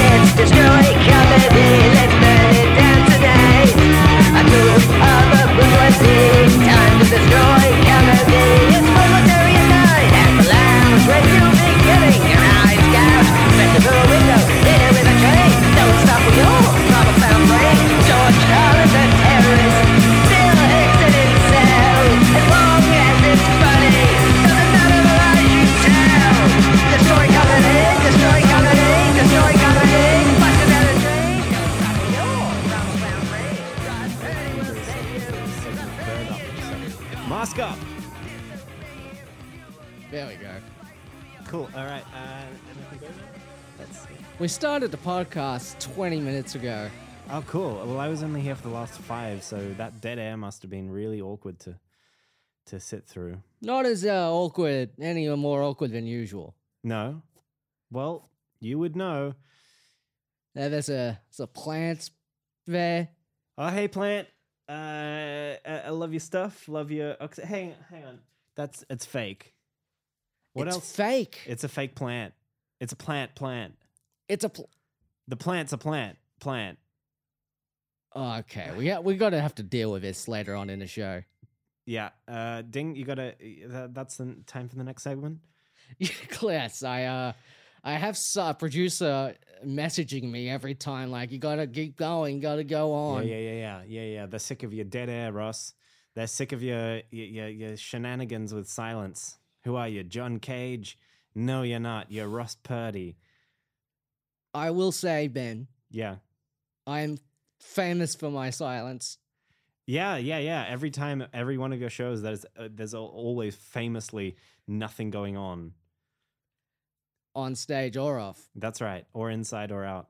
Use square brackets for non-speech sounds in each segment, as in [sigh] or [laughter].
destroy comedy. Let's burn it down tonight. A group of a bourgeoisie. Time to destroy comedy. It's voluntarious night at the lounge. We're still beginning. Your eyes gouge. Festival window. Dinner with a train. Don't stop for your proper found brain. George Carlin's a terrorist. Still exit in cell. As long as it's funny. Doesn't matter the lies you tell. Destroy comedy. Destroy comedy. Destroy comedy. Busted down a train. Don't stop for your proper found brain. Rod Perry will save you. Mask up. There we go. Cool. All right. Uh, anything good? That's it. We started the podcast 20 minutes ago. Oh, cool. Well, I was only here for the last five, so that dead air must have been really awkward to to sit through. Not as uh, awkward, any more awkward than usual. No. Well, you would know. Now there's a, there's a plant there. Oh, hey, plant. Uh, I, I love your stuff. Love your. Ox- hang, hang on. That's it's fake. What it's else? fake. it's a fake plant. It's a plant. Plant. it's a. Pl- The plant's a plant. Plant. oh, okay, we got, we got to have to deal with this later on in the show. [laughs] Yeah. Uh, ding. You gotta. That, that's the n- time for the next segment. Class, I uh, I have s- a producer messaging me every time like you gotta keep going, gotta go on. Yeah, yeah, yeah, yeah, yeah, yeah. They're sick of your dead air, Ross. They're sick of your your, your, your shenanigans with silence. Who are you, John Cage? No, you're not. You're Ross Purdy. I will say, Ben, Yeah, I am famous for my silence. yeah, yeah, yeah. Every time, every one of your shows, there's uh, there's al- always famously nothing going on. on stage or off, That's right, or inside or out.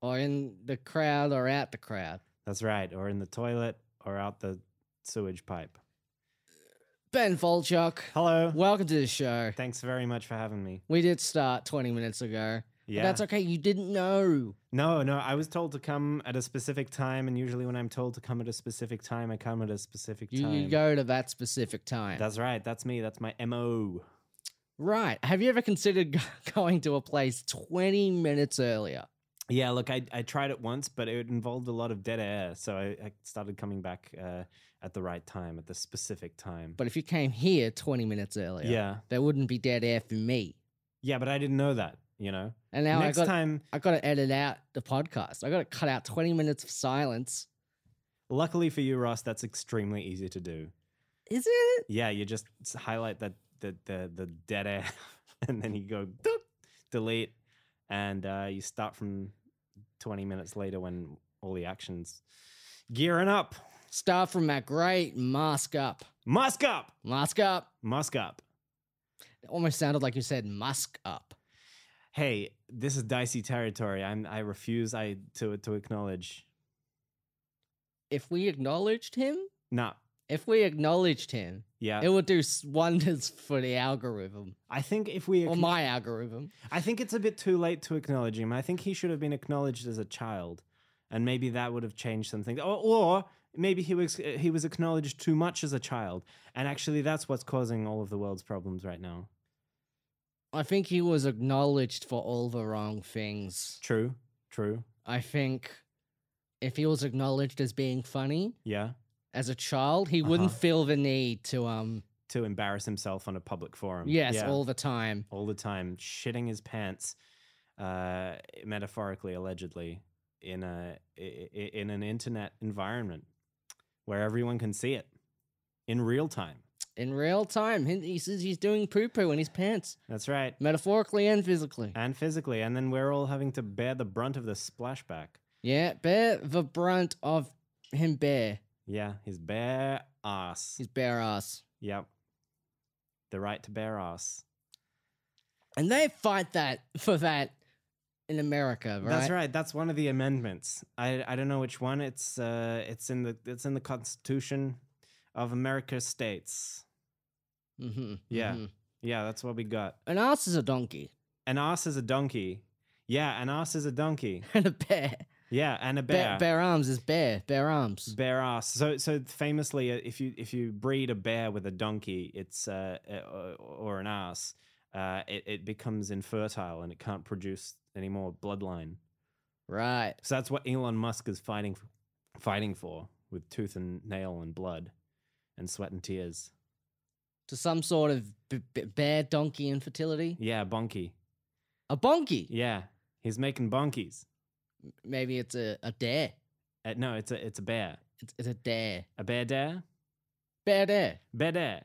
or in the crowd or out the crowd. That's right, or in the toilet or out the sewage pipe. Ben Volchuk, Hello. welcome to the show. Thanks very much for having me. We did start 20 minutes ago. But Yeah. that's okay. You didn't know. No, no, I was told to come at a specific time, and usually when I'm told to come at a specific time, I come at a specific You, time. you go to that specific time. That's right. That's me. That's my mo. right. Have you ever considered go- [laughs] going to a place 20 minutes earlier? Yeah, look, I, I tried it once, but it involved a lot of dead air, so I, I started coming back uh, at the right time, at the specific time. But if you came here 20 minutes earlier, yeah, there wouldn't be dead air for me. yeah, but I didn't know that. You know, And now next I got time. I got to edit out the podcast. I got to cut out 20 minutes of silence. Luckily for you, Ross, that's extremely easy to do. Is it? Yeah, you just s- highlight that the the the dead air, [laughs] and then you go doop, delete, and uh, you start from twenty minutes later when all the actions gearing up. Start from that great mask up. Musk up, Mask up. musk up. It almost sounded like you said musk up. Hey, this is dicey territory. I'm I refuse I to to acknowledge. If we acknowledged him, Nah, if we acknowledged him, yeah. it would do s- wonders [laughs] for the algorithm I think if we, or acknow- my algorithm. I think it's a bit too late to acknowledge him. I think he should have been acknowledged as a child, and maybe that would have changed some things. Or, or maybe he was uh, he was acknowledged too much as a child, and actually that's what's causing all of the world's problems right now. I think he was acknowledged for all the wrong things. True, true. I think if he was acknowledged as being funny Yeah, as a child, he wouldn't Uh-huh. feel the need to um to embarrass himself on a public forum. Um, yes Yeah. all the time. all the time, shitting his pants, uh, metaphorically, allegedly, in a i- i- in an internet environment where everyone can see it in real time. In real time, he, he says he's doing poo poo in his pants, That's right, metaphorically and physically. and physically, and then we're all having to bear the brunt of the splashback. Yeah, bear the brunt of him bear Yeah, his bare ass. his bare ass. yep, the right to bare ass. And they fight that for that in America, right? That's right. That's one of the amendments. I I don't know which one. It's uh it's in the it's in the Constitution of America states. Mm-hmm, Yeah. Yeah, that's what we got. An ass is a donkey [laughs] An ass is a donkey. Yeah, an ass is a donkey. and a bear. Yeah, and a bear. Bear, bear arms is bear. Bear arms. Bear ass. So, so famously, uh, if you if you breed a bear with a donkey, it's uh, uh, or an ass. uh, it, it becomes infertile and it can't produce any more bloodline. Right. So that's what Elon Musk is fighting, fighting for with tooth and nail and blood, and sweat and tears. To some sort of b- b- bear donkey infertility. Yeah, bonky. A bonky. Yeah, he's making bonkies. Maybe it's a, a dare. Uh, no, it's a it's a bear. It's, it's a dare. A bear dare. Bear dare. Bear dare.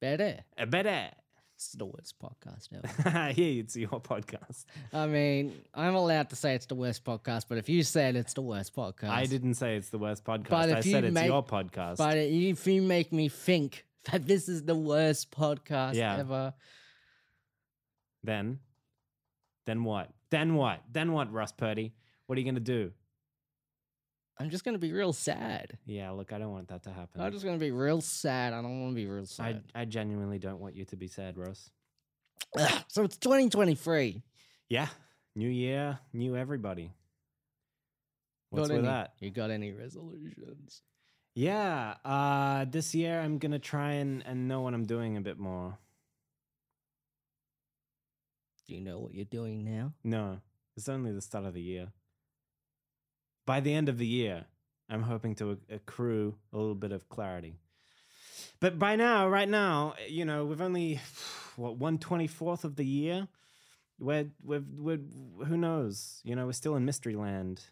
Bear dare. A bear dare. [laughs] It's the worst podcast ever. yeah, it's your podcast. I mean, I'm allowed to say it's the worst podcast, but if you said it's the worst podcast, I didn't say it's the worst podcast. But I if you said it's make- your podcast. But if you make me think that this is the worst podcast Yeah. ever, Then, then what? Then what? Then what, Russ Purdy? What are you going to do? I'm just gonna be real sad. Yeah, look, I don't want that to happen. I'm just gonna be real sad. I don't want to be real I, sad. I genuinely don't want you to be sad, Russ. Ugh, so it's 2023. Yeah. New year, new everybody. What's got with any, that? You got any resolutions? Yeah. Uh, this year I'm going to try and, and know what I'm doing a bit more. Do you know what you're doing now? No, it's only the start of the year. By the end of the year, I'm hoping to ac- accrue a little bit of clarity. But by now, right now, you know, we've only [sighs] what one twenty fourth of the year. We're, we're, we're, who knows? You know, we're still in mystery land,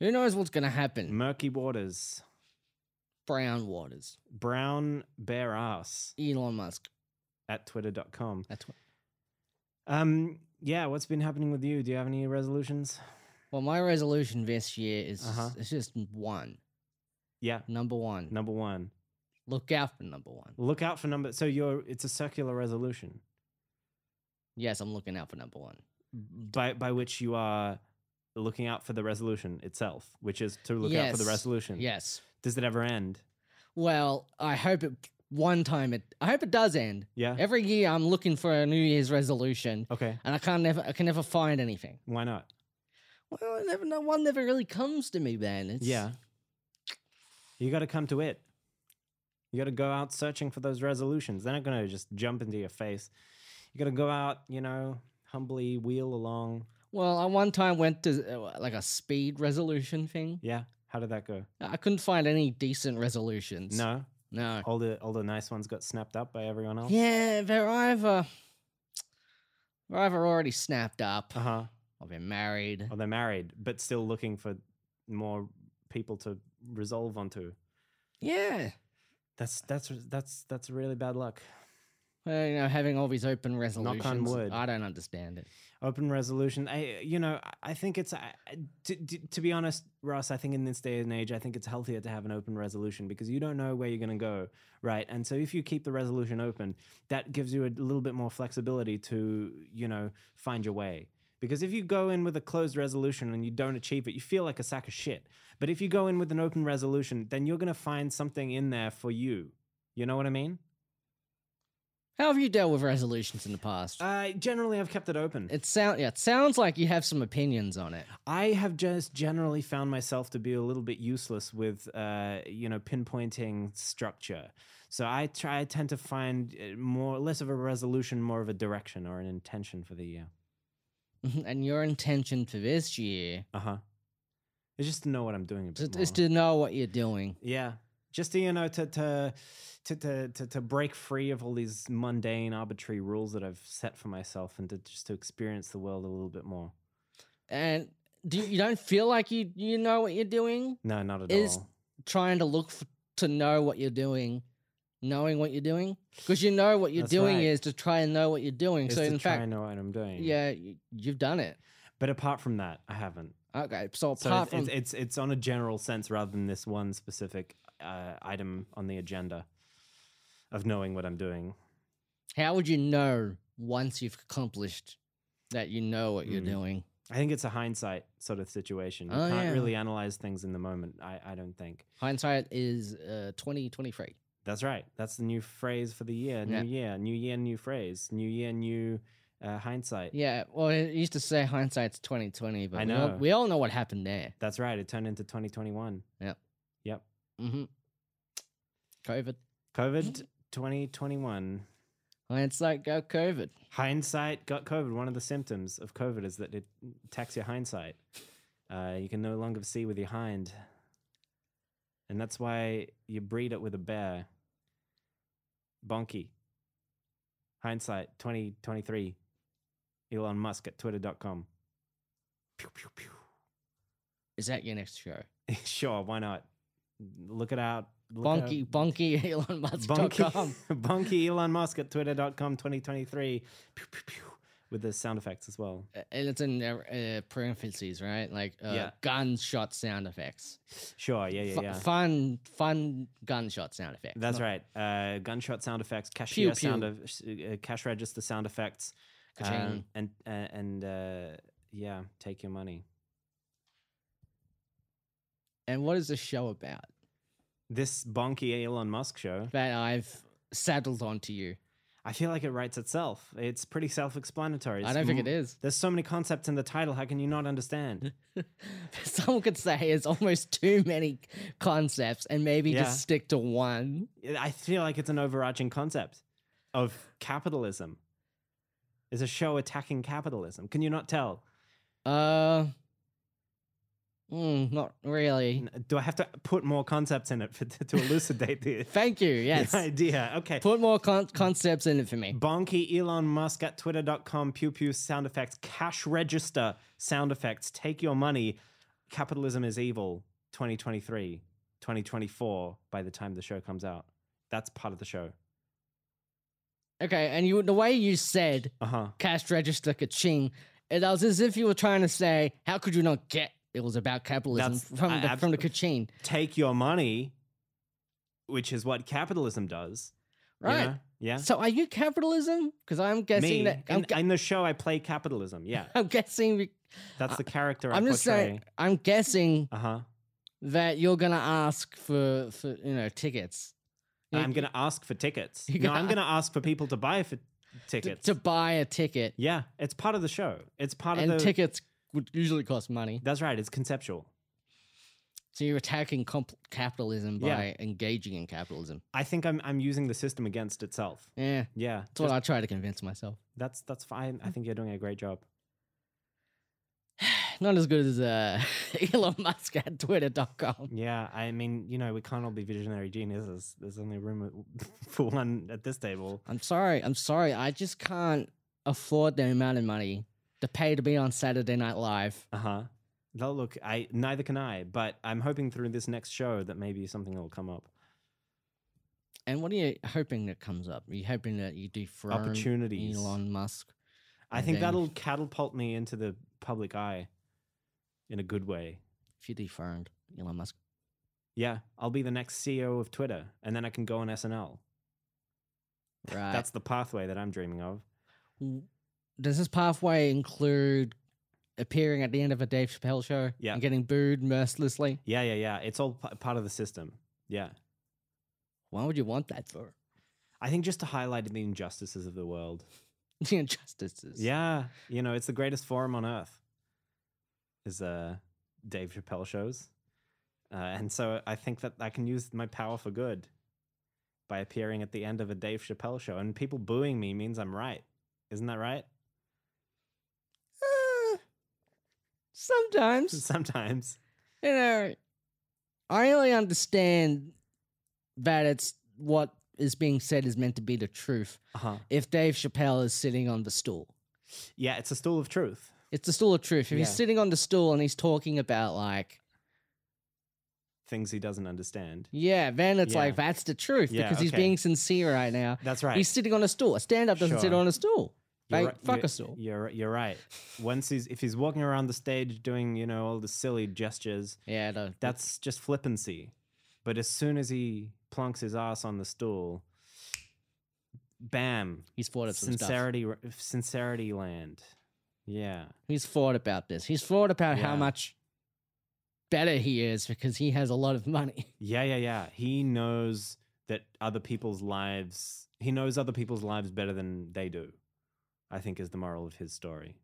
Who knows what's gonna happen? murky waters, Brown waters. brown bear ass Elon Musk. at twitter.com. That's what. Um, yeah, what's been happening with you? Do you have any resolutions? Well, my resolution this year is Uh-huh. it's just one. Yeah, Number one. number one, Look out for number one. look out for number. So you're, it's a circular resolution. Yes, I'm looking out for number one. by by which you are looking out for the resolution itself, which is to look out for the Yes, resolution. Yes. Does it ever end? Well, I hope it one time it I hope it does end. Yeah. Every year I'm looking for a New Year's resolution Okay. and I can't never I can never find anything. Why not? Well, I never no one never really comes to me then. It's Yeah. You got to come to it. You got to go out searching for those resolutions. They're not going to just jump into your face. You got to go out, you know, humbly wheel along. Well, I one time went to uh, like a speed resolution thing. Yeah. How did that go? I couldn't find any decent resolutions. No. No. Oh, All the all the nice ones got snapped up by everyone else. Yeah, they're either they're either already snapped up Uh huh. or they're married. Or they're married, but still looking for more people to resolve onto. Yeah. That's that's that's that's really bad luck. Well, you know, having all these open resolutions. wood. I don't understand it. Open resolution. I you know I- I think it's I, I- to, to, to be honest, Russ. I think in this day and age, I think it's healthier to have an open resolution because you don't know where you're going to go, right? And so if you keep the resolution open, that gives you a little bit more flexibility to you know find your way. Because if you go in with a closed resolution and you don't achieve it, you feel like a sack of shit. But if you go in with an open resolution, then you're going to find something in there for you. You know what I mean? How have you dealt with resolutions in the past? Uh, generally, I've kept it open. it sound yeah, it sounds like you have some opinions on it. [laughs] I have just generally found myself to be a little bit useless with, uh, you know, pinpointing structure. So I try, I tend to find uh, more, less of a resolution, more of a direction or an intention for the year. and your intention for this year Uh huh. It's just to know what I'm doing a is, bit is more. to know what you're doing. yeah, just to you know to to to to to, to break free of all these mundane, arbitrary rules that I've set for myself, and to just to experience the world a little bit more. And do you, you don't feel like you you know what you're doing? No, not at Is- all. Trying to look for, to know what you're doing, knowing what you're doing, because you know what you're That's doing right. is to try and know what you're doing. It's so to in try fact, and know what I'm doing. yeah, you, you've done it. But apart from that, I haven't. Okay, so So apart it's, from it's, it's it's on a general sense rather than this one specific uh, item on the agenda of knowing what I'm doing. How would you know once you've accomplished that you know what you're Mm. doing? I think it's a hindsight sort of situation. You Oh, can't yeah. really analyze things in the moment. I, I don't think Hindsight is uh, twenty twenty three. that's right. That's the new phrase for the year. New Yeah. year, new year, new phrase. New year, new uh, hindsight. Yeah, well, it used to say hindsight's twenty twenty, but I We, know. all, we all know what happened there. That's right. It turned into 2021. hmm Mm-hmm. COVID. COVID 2021. Hindsight got uh, COVID. Hindsight got COVID. One of the symptoms of COVID is that it attacks your hindsight. Uh, you can no longer see with your hind. And that's why you breed it with a bear. Bonky. Hindsight 2023. Elon Musk at twitter.com. Pew, pew, pew. Is that your next show? [laughs] sure, why not? Look it out. Look it Bonky, bonky, [laughs] Elon Musk. Bonky, [laughs] Bonky Elon Musk at twitter.com 2023 pew, pew, pew, with the sound effects as well. And it's in uh, uh, parentheses, right? Like uh, Yeah. gunshot sound effects. Sure, yeah, yeah, Fu- yeah. Fun, fun gunshot sound effects. That's Not- right. Uh, gunshot sound effects, cashier pew. sound of uh, cash register sound effects, um, Ka-ching. and uh, and uh, yeah, take your money. And what is the show about This bonky Elon Musk show, that I've saddled onto you? I feel like it writes itself. It's pretty self-explanatory. I don't think it m- is. [laughs] There's so many concepts in the title. How can you not understand? Someone could say it's almost too many concepts and maybe Yeah. just stick to one. I feel like it's an overarching concept of capitalism. Is a show attacking capitalism? Can you not tell? Uh, mm, not really. N- Do I have to put more concepts in it for, to [laughs] elucidate the, [laughs] Thank you. Yes. the idea? Okay. Put more con- concepts in it for me. Bonky Elon Musk at twitter.com, pew pew sound effects, cash register sound effects, take your money. Capitalism is evil 2023, 2024 by the time the show comes out. That's part of the show. Okay, and you the way you said Uh huh. cash register ka-ching, it was as if you were trying to say, how could you not get it was about capitalism That's- from I- the, from the abso- ka-ching. Take your money, which is what capitalism does. you Right. know? Yeah. So are you capitalism? Because I'm Me, guessing that I'm, in, gu- in the show, I play capitalism. Yeah. [laughs] I'm guessing we- That's [laughs] the character I I'm just saying I'm guessing Uh huh. that you're gonna ask for for you know tickets. You- I'm going to ask for tickets. You No, I'm got- going to ask for people to buy for [laughs] to, tickets. to buy a ticket, Yeah, it's part of the show. It's part and of the. tickets would usually cost money. That's right. It's conceptual. So you're attacking comp- capitalism Yeah. by engaging in capitalism. I think I'm I'm using the system against itself. Yeah, that's Yeah, what just- I Hmm. try to convince myself. that's that's fine. I think you're doing a great job. Not as good as uh, [laughs] Elon Musk at Twitter.com. Yeah, I mean, you know, we can't all be visionary geniuses. There's only room [laughs] for one at this table. I'm sorry. I'm sorry. I just can't afford the amount of money to pay to be on Saturday Night Live. Uh huh. No, look, I neither can I, but I'm hoping through this next show that maybe something will come up. And what are you hoping that comes up? Are you hoping that you dethrone Opportunities. Elon Musk? I And think then- that'll catapult me into the public eye in a good way. If you dethroned [laughs] Elon Musk, Yeah, I'll be the next CEO of Twitter, and then I can go on SNL. right? That's the pathway that I'm dreaming of. W- Does this pathway include appearing at the end of a Dave Chappelle show? Yeah. And getting booed mercilessly? Yeah, yeah, yeah. It's all p- part of the system. Yeah. Why would you want that for? [laughs] I think just to highlight the injustices of the world. The injustices. Yeah. You know, it's the greatest forum on earth, is uh, Dave Chappelle shows. Uh, and so I think that I can use my power for good by appearing at the end of a Dave Chappelle show. And people booing me means I'm right. Isn't that right? [laughs] Uh, [laughs] sometimes, Sometimes. you know, I only understand that it's what is being said is meant to be the truth Uh-huh. if Dave Chappelle is sitting on the stool. Yeah, it's a stool of truth. It's the stool of truth. If Yeah. he's sitting on the stool and he's talking about like, Things he doesn't understand. yeah, then it's Yeah. like that's the truth Yeah, because he's okay. being sincere right now. That's right. He's sitting on a stool. A stand up doesn't sit Sure. on a stool. You're Like, right- fuck you're- a stool. You're you're right. Once he's if he's walking around the stage doing you know all the silly gestures, Yeah, no, that's just flippancy. But as soon as he plunks his ass on the stool, bam, he's thought of some stuff. sincerity r- sincerity land. Yeah, He's thought about this. He's thought about how Yeah. much better he is because he has a lot of money. yeah, yeah, yeah. He knows that other people's lives. He knows other people's lives better than they do. I think is the moral of his story.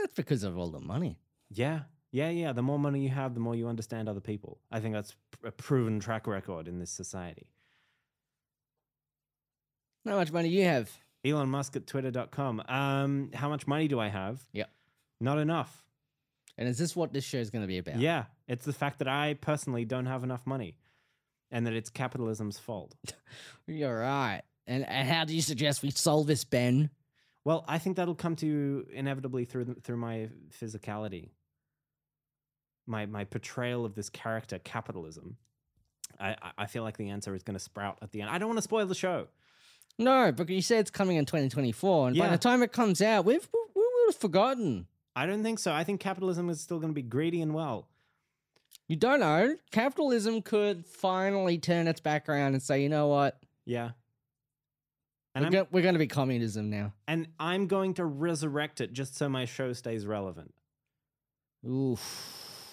That's because of all the money. Yeah. Yeah, yeah. The more money you have, the more you understand other people. I think that's p- a proven track record in this society. How much money you have? Elon Musk at twitter.com. Um, how much money do I have? Yep. Not enough. And is this what this show is going to be about? Yeah. It's the fact that I personally don't have enough money and that it's capitalism's fault. You're right. And, and how do you suggest we solve this, Ben? Well, I think that'll come to you inevitably through the, through my physicality, my my portrayal of this character, capitalism. I, I- I feel like the answer is going to sprout at the end. I don't want to spoil the show. No, but you said it's coming in 2024, and by Yeah. the time it comes out, we've we, we would have forgotten. I don't think so. I think capitalism is still going to be greedy and well. You don't know. Capitalism could finally turn its back around and say, you know what, Yeah. And we're, I'm, go- we're going to be communism now. and I'm going to resurrect it just so my show stays relevant. Oof.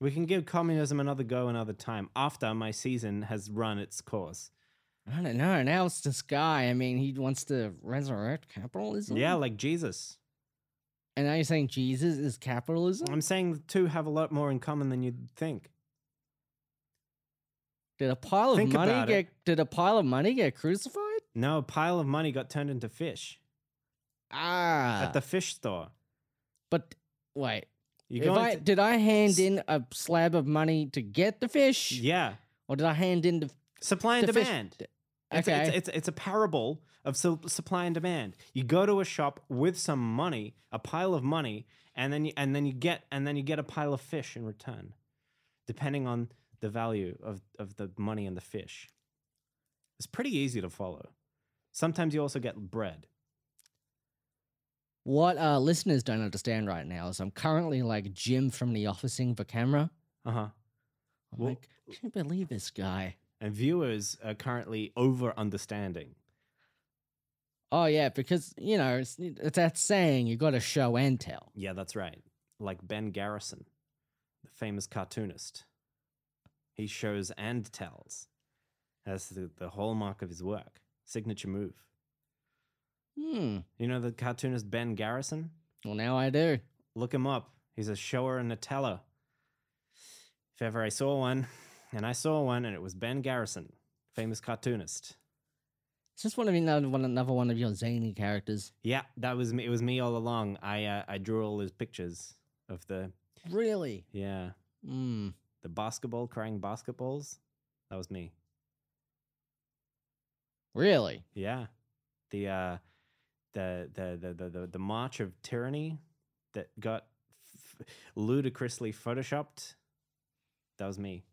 We can give communism another go another time after my season has run its course. I don't know. Now it's this guy. I mean, he wants to resurrect capitalism. Yeah, like Jesus. And now you're saying Jesus is capitalism? I'm saying the two have a lot more in common than you'd think. Did a pile of Think money about get it. did a pile of money get crucified? No, a pile of money got turned into fish Ah. at the fish store. but wait. You if go I, into- did I hand S- in a slab of money to get the fish? yeah, Or did I hand in the supply and The fish- demand. It's, Okay. it's, it's, it's a parable of su- supply and demand. You go to a shop with some money, a pile of money, and then you, and then you get and then you get a pile of fish in return, depending on the value of, of the money and the fish. It's pretty easy to follow. Sometimes you also get bread. what our listeners don't understand right now is I'm currently like Jim from the officing for camera. Uh huh. I'm Well- like, I can't believe this guy. And viewers are currently over understanding. Oh yeah, because you know, it's, it's that saying you gotta show and tell. Yeah, that's right. Like Ben Garrison, the famous cartoonist. He shows and tells. That's the, the hallmark of his work, signature move. Hmm. You know the cartoonist Ben Garrison? Well now I do. Look him up. He's a shower and a teller. If ever I saw one, [laughs] and I saw one, and it was Ben Garrison, famous cartoonist. It's just one of another one another one of your zany characters. Yeah, that was me. It was me all along. I uh, I drew all his pictures of the Really? yeah Mm. the basketball crying basketballs. That was me. Really? Yeah. The uh the the the the, the, the march of tyranny that got f- ludicrously photoshopped. That was me.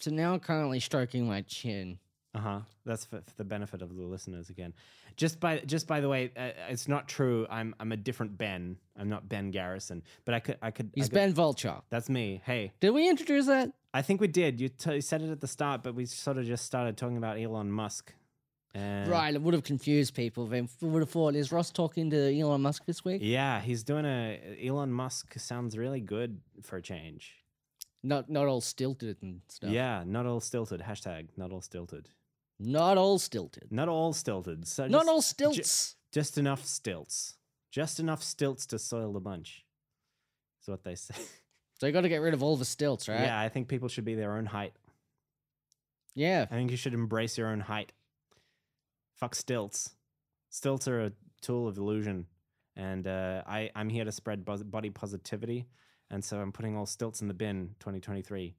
So now I'm currently stroking my chin. Uh-huh. That's for, for the benefit of the listeners again. Just by just by the way, uh, it's not true. I'm I'm a different Ben. I'm not Ben Garrison, but I could I could I He's could- Ben Vulture. That's me. Hey, Did we introduce that? I think we did. You, t- you said it at the start, but we sort of just started talking about Elon Musk. And Right, it would have confused people. They would have thought, is Ross talking to Elon Musk this week? Yeah, he's doing a Elon Musk sounds really good for a change. Not not all stilted and stuff. Yeah, not all stilted. Hashtag not all stilted. Not all stilted. Not all stilted. So not just, all stilts. just enough stilts. Just enough stilts to soil the bunch. Is what they say. [laughs] so you got to get rid of all the stilts, right? Yeah, I think people should be their own height. Yeah. I think you should embrace your own height. Fuck stilts. Stilts are a tool of illusion, and uh, I I'm here to spread bos- body positivity, and so I'm putting all stilts in the bin. 2023.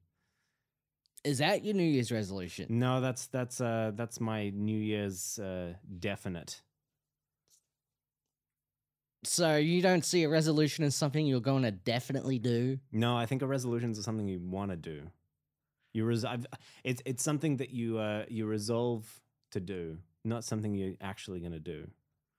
Is that your New Year's resolution? No, that's that's uh that's my New Year's uh, definite. So you don't see a resolution as something you're going to definitely do? No, I think a resolutions is something you want to do. You resolve. It's it's something that you uh you resolve to do, not something you're actually going to do.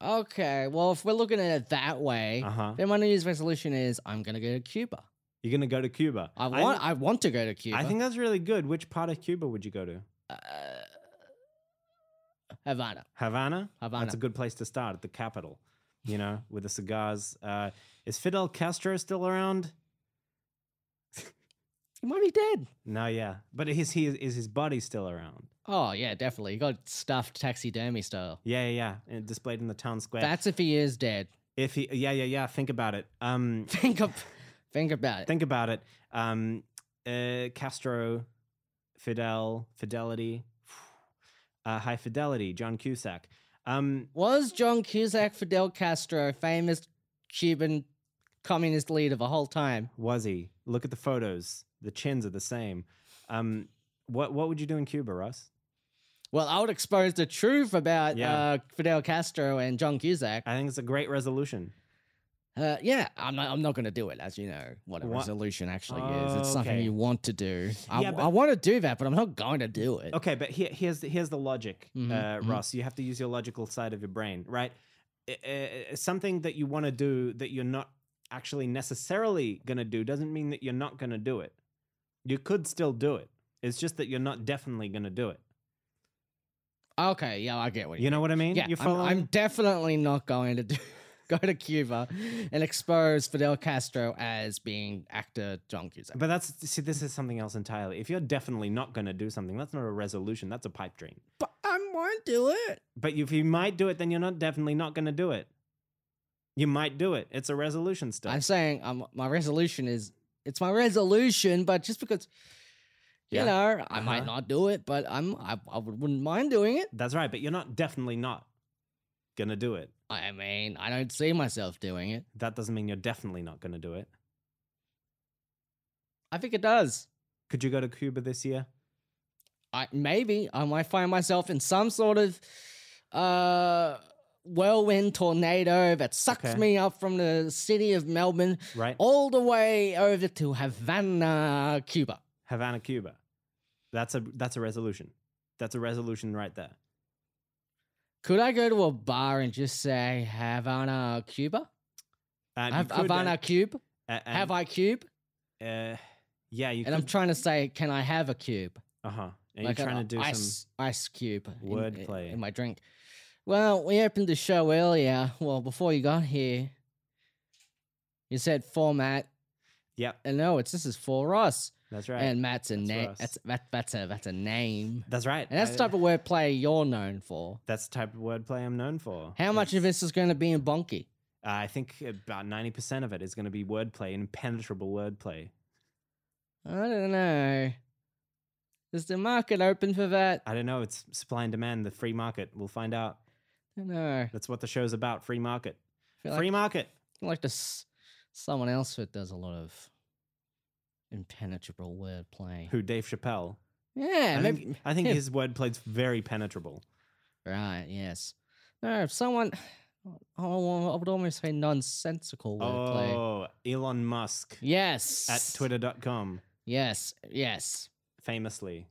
Okay, well, if we're looking at it that way, Uh huh. then my New Year's resolution is I'm going to go to Cuba. You're going to go to Cuba. I want, I, want to go to thi- Cuba. I think that's really good. Which part of Cuba would you go to? uh, Havana. Havana. Havana. That's a good place to start at the capital. You know, with the cigars. Uh, is Fidel Castro still around? He might be dead. No, yeah, but is he is his body still around? Oh yeah, definitely. He got stuffed taxidermy style. Yeah, yeah, yeah. And displayed in the town square. That's if he is dead. [laughs] if he, yeah, yeah, yeah. Think about it. Um, Think of, think about it. think about it. Um, uh, Castro, Fidel, Fidelity. [sighs] uh, High Fidelity, John Cusack. Um, Was John Cusack Fidel Castro, famous Cuban communist leader the whole time? was he? Look at the photos. The chins are the same. Um, what what would you do in Cuba, Russ? Well, I would expose the truth about Yeah. uh, Fidel Castro and John Cusack. I think it's a great resolution. Uh, yeah, I'm not, I'm not going to do it, as you know, what a What? Oh, resolution actually is. It's something Okay. you want to do. I, Yeah, but- I want to do that, but I'm not going to do it. Okay, but here, here's the, here's the logic, Mhm, uh, mhm. Ross. You have to use your logical side of your brain, right? I- I- I- something that you want to do that you're not actually necessarily going to do doesn't mean that you're not going to do it. You could still do it. It's just that you're not definitely going to do it. Okay, yeah, I get what you, You know what I mean? Yeah, you I'm- I'm, definitely not going to do, [laughs] go to Cuba and expose Fidel Castro as being actor John Cusack. But that's see, this is something else entirely. If you're definitely not going to do something, that's not a resolution. That's a pipe dream. But I won't do it. But if you might do it, then you're not definitely not going to do it. You might do it. It's a resolution still. I'm saying um, my resolution is it's my resolution, but just because you Yeah. know I Uh-huh. might not do it, but I'm I, I would- wouldn't mind doing it. That's right, but you're not definitely not gonna do it. I mean, I don't see myself doing it. That doesn't mean you're definitely not gonna do it. I think it does. Could you go to Cuba this year? I maybe I might find myself in some sort of uh whirlwind tornado that sucks Okay. me up from the city of Melbourne Right? all the way over to Havana, Cuba. Havana, Cuba. That's a that's a resolution. That's a resolution right there. Could I go to a bar and just say Havana, Cuba? And you Hav- could, uh, Havana, Cube? a- and, have I cube? Uh, yeah, you And I'm could. trying to say, can I have a cube? uh huh. And Like you're an trying to do ice, some. ice cube in- wordplay. in, my drink. Well, we opened the show earlier. Well, before you got here, you said for Matt, Yep, and no, it's this is for us. that's right. And Matt's a That's for name. us. That's that, that's a that's a name. that's right. And that's I- the type of wordplay you're known for. that's the type of wordplay I'm known for. How much of It's- this is going to be in Bonky? I think about ninety percent of it is going to be wordplay, impenetrable wordplay. I don't know. Is the market open for that? I don't know. It's supply and demand, the free market. We'll find out. I don't know. That's what the show's about. Free market. Feel like- free market. I like this someone else that does a lot of impenetrable wordplay. Who Dave Chappelle? Yeah, I maybe think, I think yeah. his wordplay's very penetrable. right. Yes. No, if someone. [sighs] I wa- I would almost say nonsensical wordplay. Oh, Elon Musk Yes. at twitter.com Yes. Yes. famously.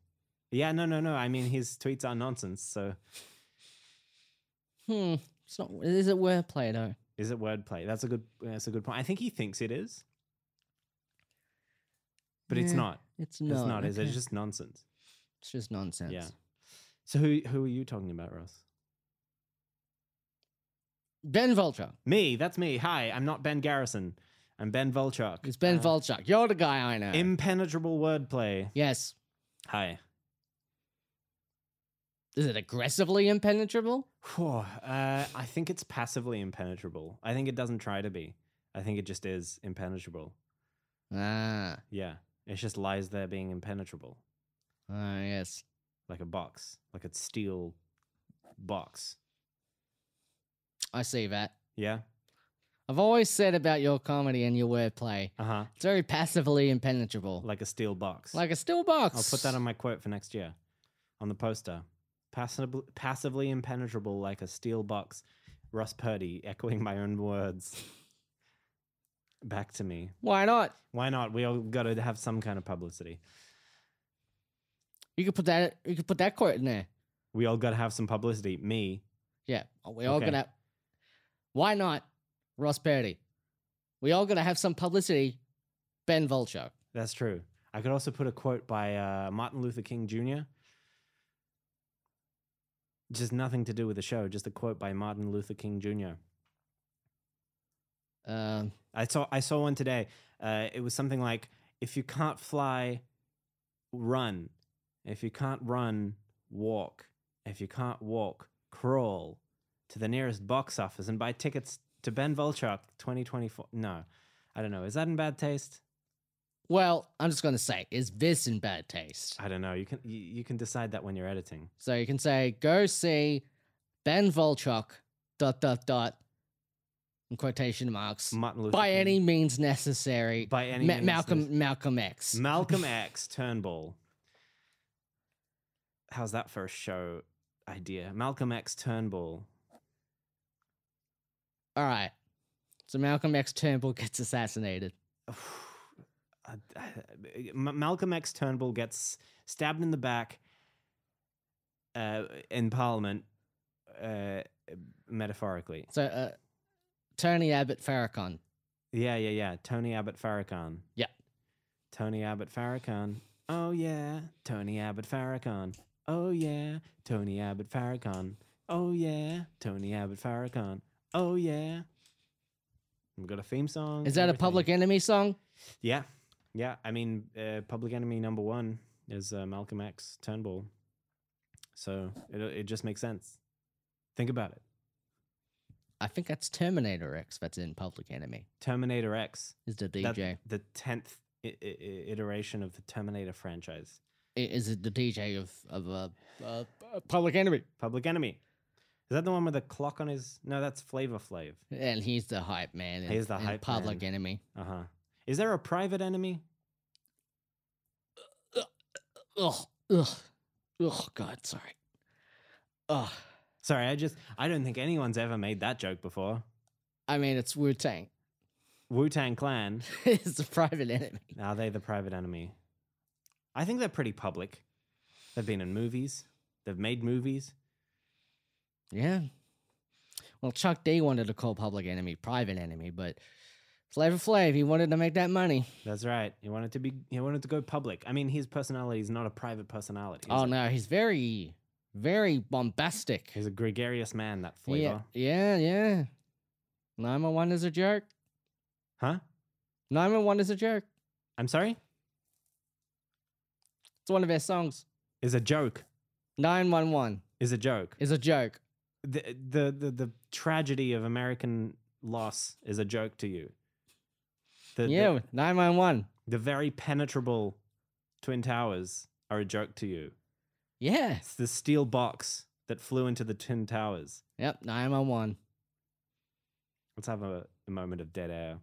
Yeah, no, no, no. I mean, his tweets are nonsense. So Hmm. It's not. Is it wordplay though? is it wordplay? That's a good. That's a good point. I think he thinks it is, but it's Yeah, not. It's not. it's not. Is it? okay. It's just nonsense. It's just nonsense. Yeah. So who who are you talking about, Ross? Ben Volchok. Me. That's me. Hi, I'm not Ben Garrison. I'm Ben Volchok. It's Ben Uh, Volchok. You're the guy I know. Impenetrable wordplay. yes. Hi. Is it aggressively impenetrable? Whew, uh, I think it's passively impenetrable. I think it doesn't try to be. I think it just is impenetrable. Ah. Yeah. It just lies there being impenetrable, Ah. Yes. like a box, like a steel box. I see that. Yeah. I've always said about your comedy and your wordplay, Uh huh. it's very passively impenetrable, Like a steel box. like a steel box. I'll put that on my quote for next year on the poster. Passively, passively impenetrable like a steel box. Russ Purdy echoing my own words back to me. Why not? Why not? We all got to have some kind of publicity. You could put that. You could put that quote in there. We all got to have some publicity. Me, Yeah, Oh, we all Okay. gonna. Why not, Ross Purdy? We all gonna have some publicity. Ben Vulture. That's true. I could also put a quote by uh, Martin Luther King Jr. Just nothing to do with the show, just a quote by Martin Luther King Jr. Um, I saw I saw one today. Uh, it was something like, "If you can't fly, run. If you can't run, walk. If you can't walk, crawl to the nearest box office and buy tickets to Ben Volchok 2024." No, I don't know. Is that in bad taste? Well, I'm just gonna say, is this in bad taste? I don't know. You can you, you can decide that when you're editing. So you can say, go see Ben Volchok, dot dot dot, in quotation marks, Martin Luther by King. any means necessary. by any Ma- means Malcolm necessary. Malcolm X. Malcolm X Turnbull. How's that for a show idea? Malcolm X Turnbull. All right. So Malcolm X Turnbull gets assassinated. [sighs] I- I- M- Malcolm X Turnbull gets stabbed in the back uh, in Parliament, uh, metaphorically. So uh, Tony Abbott Farrakhan. Yeah, yeah, yeah. Tony Abbott Farrakhan. Yeah. Tony Abbott Farrakhan. Oh yeah, Tony Abbott Farrakhan. Oh yeah, Tony Abbott Farrakhan. Oh yeah, Tony Abbott Farrakhan. Oh yeah. We've got a theme song. Is that a everything. Public Enemy song? Yeah, yeah. I mean, uh, Public Enemy number one is uh, Malcolm X Turnbull, so it it just makes sense. Think about it. I think that's Terminator X that's in Public Enemy. Terminator X, Is the that- DJ? the tenth I- I- I- iteration of the Terminator franchise. I- Is it the DJ of of uh, uh, uh, Public Enemy? Public Enemy. Is that the one with the clock on his? No, that's Flavor Flav. And he's the hype man. In, He's the in hype Public man. Enemy. Uh huh. Is there a Private Enemy? Ugh, ugh, ugh. God, sorry. Ugh. Sorry, I just I don't think anyone's ever made that joke before. I mean, it's Wu Tang. [laughs] Wu Tang Clan. it's the Private Enemy. Are they the private enemy? I think they're pretty public. They've been in movies. They've made movies. Yeah. Well, Chuck D wanted to call Public Enemy Private Enemy, but Flavor Flav, he wanted to make that money. That's right. He wanted to be. He wanted to go public. I mean, his personality is not a private personality. He's, oh, no, he's very, very bombastic. he's a gregarious man. That flavor, Yeah, yeah, yeah. 911 is a jerk. huh? 911 is a jerk. I'm sorry. It's one of their songs. Is a joke. 911 Is a joke. is a joke. The, the the the tragedy of American loss is a joke to you. The, the- yeah, 911. the very penetrable Twin Towers are a joke to you. Yeah. It's the steel box that flew into the Twin Towers. Yep, 911. Let's have a, a moment of dead air.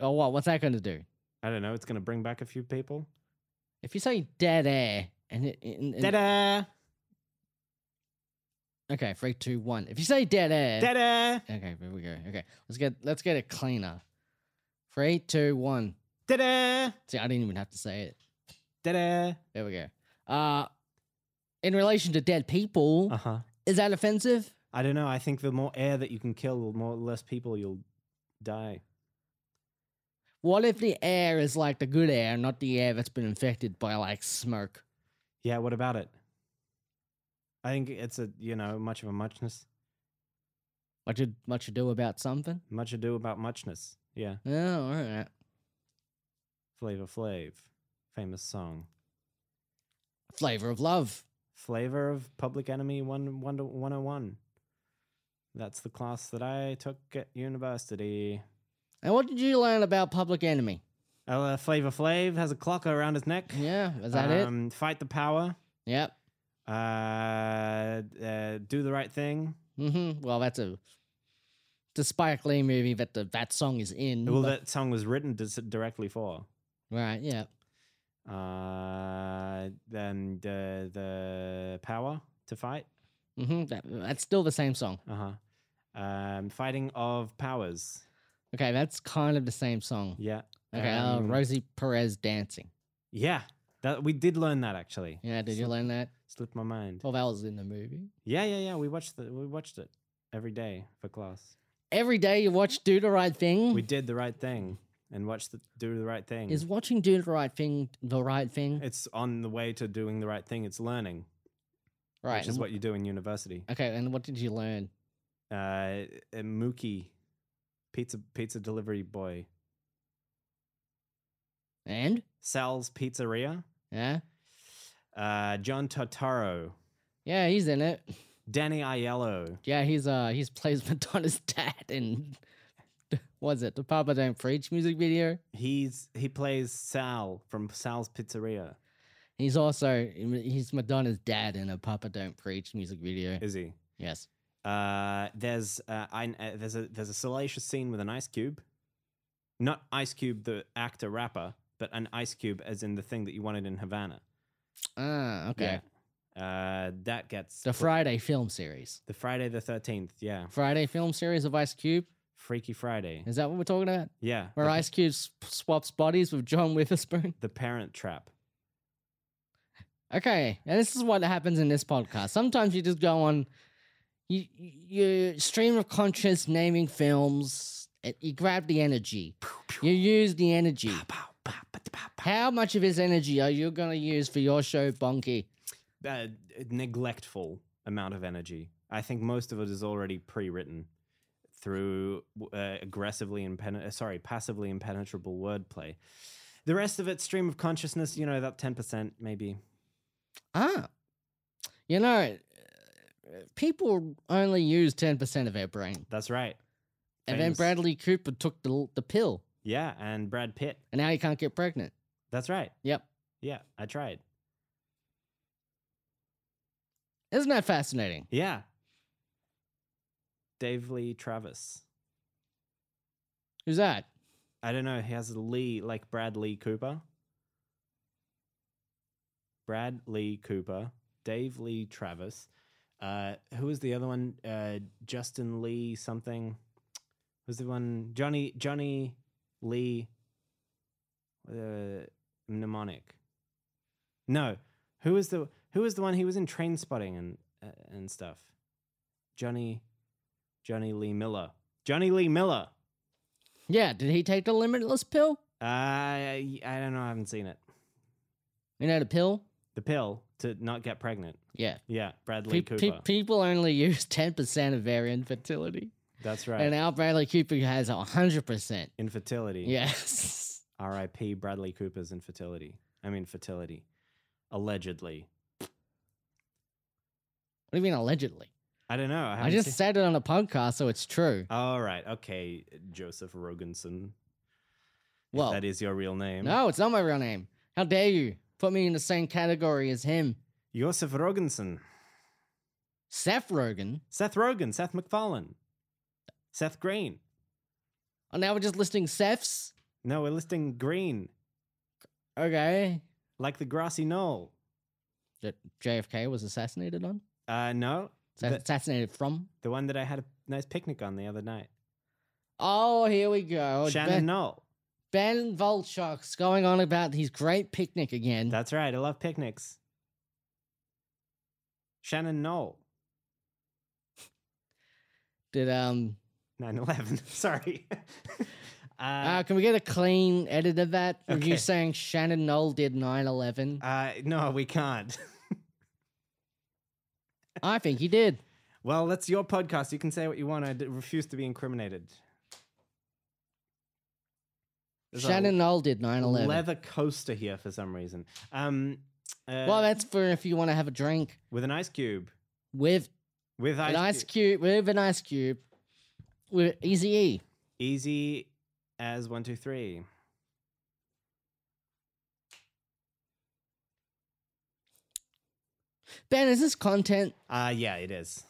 Oh, what? What's that going to do? I don't know. It's going to bring back a few people. If you say dead air and it. And, and, Dead air. Okay, three, two, one. If you say dead air. Dead air. Okay, here we go. Okay, let's get let's get it cleaner. Three, two, one. Dead air. See, I didn't even have to say it. Dead air. There we go. Uh in relation to dead people, Uh huh. is that offensive? I don't know. I think the more air that you can kill, the more less people you'll die. What if the air is like the good air, not the air that's been infected by like smoke? Yeah. What about it? I think it's a you know much of a muchness. What you what you do about something? Much ado about muchness. Yeah. Oh, all right. Flavor Flav, famous song. Flavor of love. Flavor of Public Enemy one one one hundred one. That's the class that I took at university. And what did you learn about Public Enemy? Uh, Flavor Flav has a clock around his neck. Yeah, is that it? um, Fight the power. Yep. Uh, uh, do the right thing. Mm-hmm. Well, that's a the Spike Lee movie that the that song is in. Well, but- that song was written dis- directly for. right. Yeah. Uh, then the the power to fight. Mm-hmm. That, that's still the same song. Uh huh. Um, fighting of powers. Okay, that's kind of the same song. Yeah. Okay, uh, um, Rosie Perez dancing. Yeah. That we did learn that actually. Yeah, Oh. did you Slip- learn that? Slipped my mind. Twelve hours in the movie. Yeah, yeah, yeah. We watched the we watched it every day for class. Every day you watch Do the Right Thing. [laughs] We did the right thing and watched the do the right thing. Is watching Do the Right Thing the right thing? It's on the way to doing the right thing. It's learning, right. which is and what you do in university. wh- okay, and what did you learn? Uh, uh, Mookie, pizza pizza delivery boy, And Sal's Pizzeria. yeah, Uh, John Totaro, yeah, he's in it. Danny Aiello, [laughs] Yeah, he's uh he's plays Madonna's dad in [laughs] was it the Papa Don't Preach music video? He's he plays Sal from Sal's Pizzeria. He's also he's Madonna's dad in a Papa Don't Preach music video. Is he? Yes. Uh, there's uh, I, uh, there's a there's a salacious scene with an ice cube, not Ice Cube the actor rapper, but an ice cube as in the thing that you wanted in Havana. Ah, okay. Yeah. Uh, that gets The put- Friday film series. the Friday the Thirteenth. Yeah, Friday film series of Ice Cube. Freaky Friday. Is that what we're talking about? Yeah, Where the, Ice Cube s- swaps bodies with John Witherspoon? [laughs] the Parent Trap. Okay, and this is what happens in this podcast. Sometimes you just go on you you stream of conscious naming films. It, you grab the energy. [laughs] You use the energy. How much of his energy are you gonna use for your show, Bonky? Uh, neglectful amount of energy. I think most of it is already pre-written through uh, aggressively impen- uh, sorry, passively impenetrable wordplay. The rest of it, stream of consciousness. You know that ten percent maybe. Ah, you know, uh, people only use ten percent of their brain, That's right. and then Famous- Bradley Cooper took the l- the pill, Yeah, and Brad Pitt. and now he can't get pregnant. That's right. Yep, Yeah, I tried. isn't that fascinating? Yeah. Dave Lee Travis. Who's that? I don't know. He has a Lee, like Brad Lee Cooper. Brad Lee Cooper, Dave Lee Travis. Uh, who was the other one? Uh, Justin Lee something. Who's the one? Johnny Johnny Lee. Uh, mnemonic. No, who was the who was the one? He was in Train Spotting and uh, and stuff. Johnny, Johnny Lee Miller. Johnny Lee Miller. Yeah, did he take the limitless pill? I I don't know. I haven't seen it. You know the pill? The pill to not get pregnant. Yeah. Yeah, Bradley Pe- Cooper. pe- people only [laughs] use ten percent of their infertility, That's right. and uh, now Bradley Cooper has hundred percent. infertility. Yes. [laughs] R.I.P. Bradley Cooper's infertility. I mean fertility, allegedly. What do you mean allegedly? I don't know. I, I haven't just seen- said it on a podcast, so it's true. All right. Okay, Joseph Rogenson. if Well, that is your real name. No, it's not my real name. How dare you put me in the same category as him? Joseph Rogenson. Seth Rogen. Seth Rogen. Seth MacFarlane. Seth Green. Oh, now we're just listing Seths. No, we're listing Green, Okay. like the grassy knoll. That JFK was assassinated on? Uh, no, Sa- The- assassinated from? the one that I had a nice picnic on the other night. Oh, here we go. Shannon Ben, Knoll. ben Volchok's going on about his great picnic again. That's right. I love picnics. Shannon Knoll. Did um? 9-11. [laughs] Sorry. uh, uh, can we get a clean edit of that? Of you okay. saying Shannon Knoll did 9-11? uh, no, we can't. I think he did. well, that's your podcast. You can say what you want. I d- refuse to be incriminated. There's a Shannon Knoll did 9-11. leather coaster here for some reason. Um, uh, well, that's for if you want to have a drink with an ice cube. with With ice, an ice cube. cube. with an ice cube with Easy E. Easy as one, two, three. Ben, is this content? Uh, yeah, it is.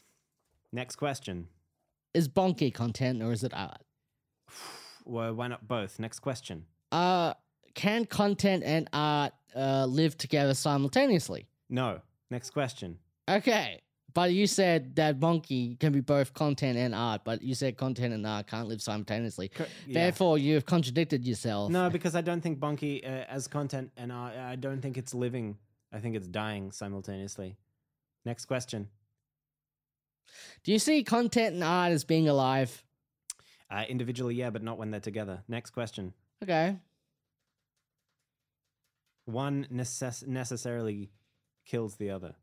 Next question. Is bonky content or is it art? Well, why not both? Next question. Uh, can content and art uh, live together simultaneously? No. Next question. Okay, but you said that bonky can be both content and art, but you said content and art can't live simultaneously. Co- yeah. Therefore, you have contradicted yourself. no, because I don't think Bonky uh, as content, and I, I don't think it's living. I think it's dying simultaneously. Next question. Do you see content and art as being alive? Uh, individually, yeah, but not when they're together. Next question. Okay. One necess- necessarily kills the other.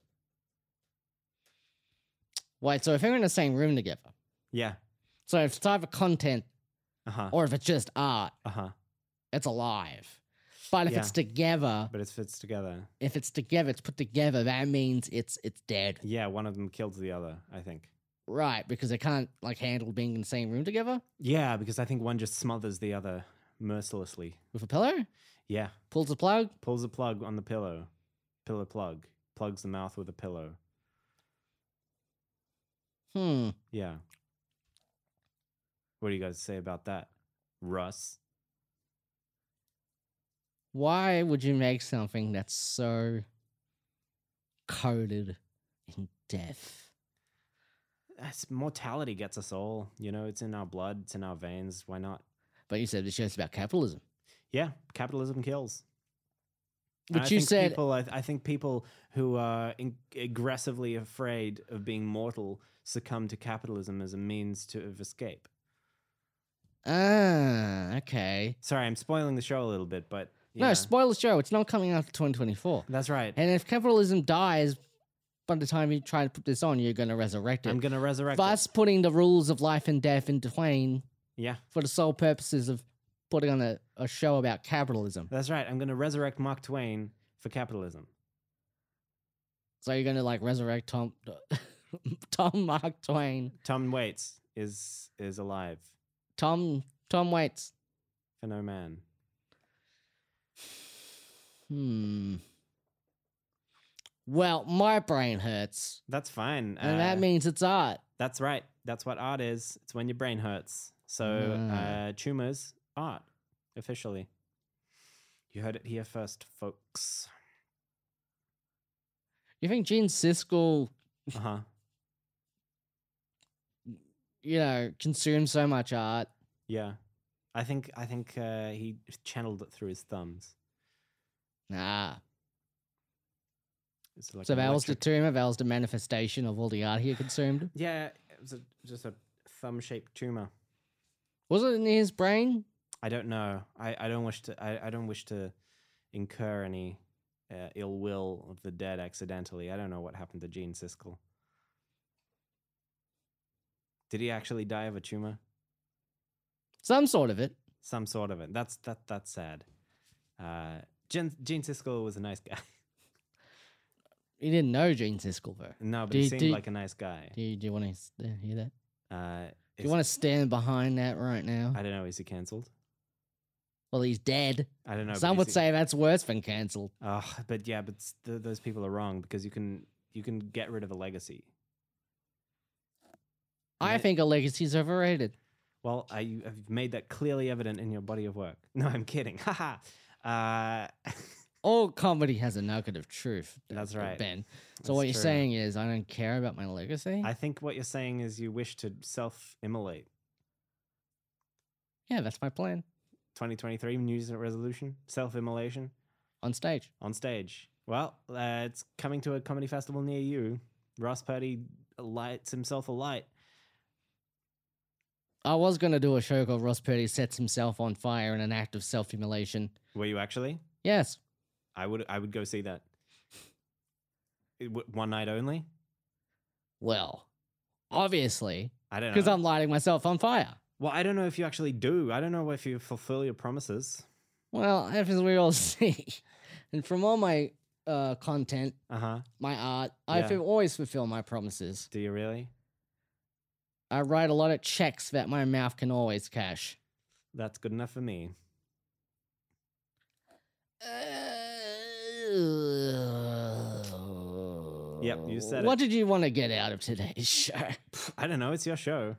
Wait, so if they're in the same room together, Yeah. so if it's either content Uh huh. or if it's just art, Uh huh. it's alive. But if Yeah. it's together, But it fits together. if it's together, it's put together. That means it's it's dead. Yeah, one of them kills the other. I think. right because they can't like handle being in the same room together Yeah, because I think one just smothers the other mercilessly. with a pillow. Yeah, Pulls the plug. pulls a plug on the pillow, pillow plug, plugs the mouth with a pillow. Hmm. Yeah. What do you guys say about that, Russ? Why would you make something that's so coded in death? That's, mortality gets us all. You know, it's in our blood, it's in our veins. Why not? But you said the show's about capitalism. Yeah, capitalism kills. And But I you think said people, I, I think people who are in, aggressively afraid of being mortal succumb to capitalism as a means to of escape. Ah, okay. Sorry, I'm spoiling the show a little bit, but yeah. No, spoiler show. It's not coming out till 2024. that's right. And if capitalism dies by the time you try to put this on, you're going to resurrect I'm it. gonna resurrect. it. Thus, putting the rules of life and death into Twain Yeah, for the sole purposes of putting on a, a show about capitalism. that's right. I'm gonna resurrect Mark Twain for capitalism. So you're going to like resurrect Tom, [laughs] Tom Mark Twain, Tom Waits is is alive Tom, Tom Waits. for no man. Hmm. Well, my brain hurts, That's fine. and that uh, means it's art. that's right. That's what art is. It's when your brain hurts. So Ah. uh, tumors art officially. You heard it here first, [laughs] folks. You think Gene Siskel Uh huh. you know, consume so much art. Yeah. I think I think uh, he channeled it through his thumbs. Nah. It's like so an Val's the electric- tomb, Val's the manifestation of all the art he consumed. Yeah, it was a, just a thumb shaped tumor. Was it in his brain? I don't know. I, I don't wish to. I, I don't wish to incur any uh, ill will of the dead accidentally. I don't know what happened to Gene Siskel. Did he actually die of a tumor? Some sort of it. Some sort of it. That's that. That's sad. Uh, Gene, Gene Siskel was a nice guy. [laughs] He didn't know Gene Siskel though. no, but Do he you- seemed do you- like a nice guy. Do you, do you want to hear that? Uh, Do you want to stand behind that right now? I don't know. Is he cancelled? Well, he's dead. I don't know. but is Some would he- say that's worse than cancelled. Ugh, but yeah, but s- th- those people are wrong because you can you can get rid of a legacy. I Right. think a legacy's overrated. Well, I, you- I've made that clearly evident in your body of work. [laughs] No, I'm kidding. Haha. uh, [laughs] All comedy has a nugget of truth. That's uh, right. Ben. that's So what you're true. saying is I don't care about my legacy? I think what you're saying is you wish to self-immolate. yeah, that's my plan. 2023 New Year's resolution: self-immolation On stage. on stage. Well, uh, it's coming to a comedy festival near you. Ross Purdy lights himself alight. I was going to do a show called Ross Purdy Sets Himself on Fire in an act of self immolation. Were you actually? Yes. I would. I would go see that. It w- one night only. Well, obviously, I don't know. because I'm lighting myself on fire. Well, I don't know if you actually do. I don't know if you fulfill your promises. Well, as we all [laughs] see, and from all my uh, content, Uh huh. my art, I Yeah. feel- always fulfill my promises. Do you really? I write a lot of checks that my mouth can always cash. That's good enough for me. Yep, you said it. What did you want to get out of [laughs] today's show? I don't know. It's your show.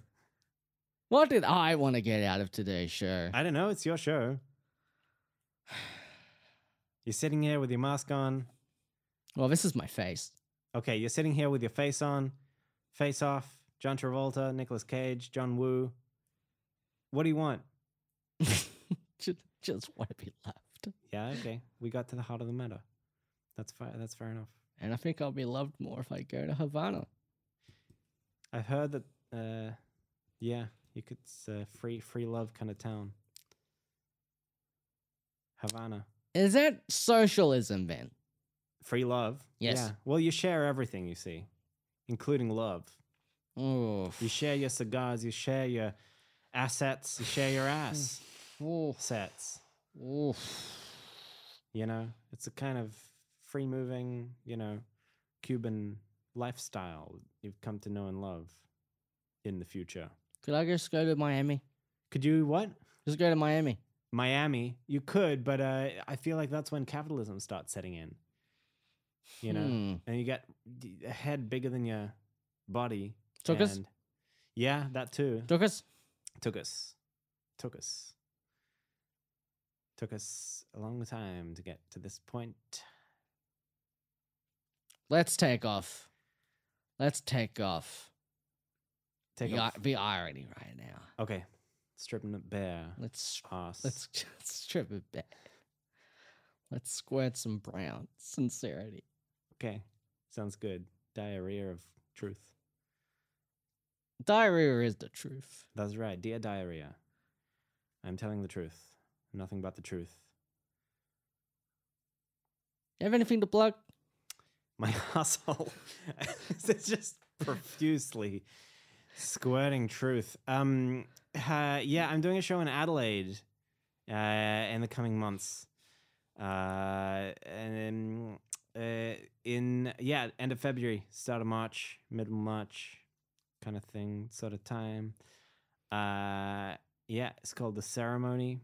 What did I want to get out of today's show? I don't know. It's your show. [sighs] You're sitting here with your mask on. Well, this is my face. [laughs] Okay, you're sitting here with your face on. Face off. John Travolta, Nicolas Cage, John Woo. What do you want? just, just want to be loved. Yeah, okay. We got to the heart of the matter. That's fair. That's fair enough. And I think I'll be loved more if I go to Havana. I've heard that. Uh, yeah, you could it's a free free love kind of town. Havana, Is that socialism then? free love. Yes. Yeah. Well, you share everything you see, including love. Oof. You share your cigars. You share your assets. You share your Hmm. ass Oof. sets. Oof. You know, it's a kind of free moving, you know, Cuban lifestyle you've come to know and love. in the future. Could I just go to Miami? Could you what? Just go to Miami. Miami, you could, but uh, I feel like that's when capitalism starts setting in. You know, Hmm. and you get d- a head bigger than your body. Took us? and- Yeah, that too. Took us. Took us. Took us. Took us a long time to get to this point. Let's take off. Let's take off. Take be, off. be irony right now. Okay, stripping it bare. Let's Ass. let's [laughs] just strip it back. Let's squirt some brown sincerity. Okay, sounds good. Diarrhea of truth. Diarrhea is the truth. That's right, dear diarrhea. I'm telling the truth, nothing but the truth. You have anything to plug? My [laughs] asshole is just profusely squirting truth. Um, uh, yeah, I'm doing a show in Adelaide uh, in the coming months. Uh, and um, uh, in yeah, end of February, start of March, middle March, kind of thing, sort of time. Uh, yeah, it's called the ceremony.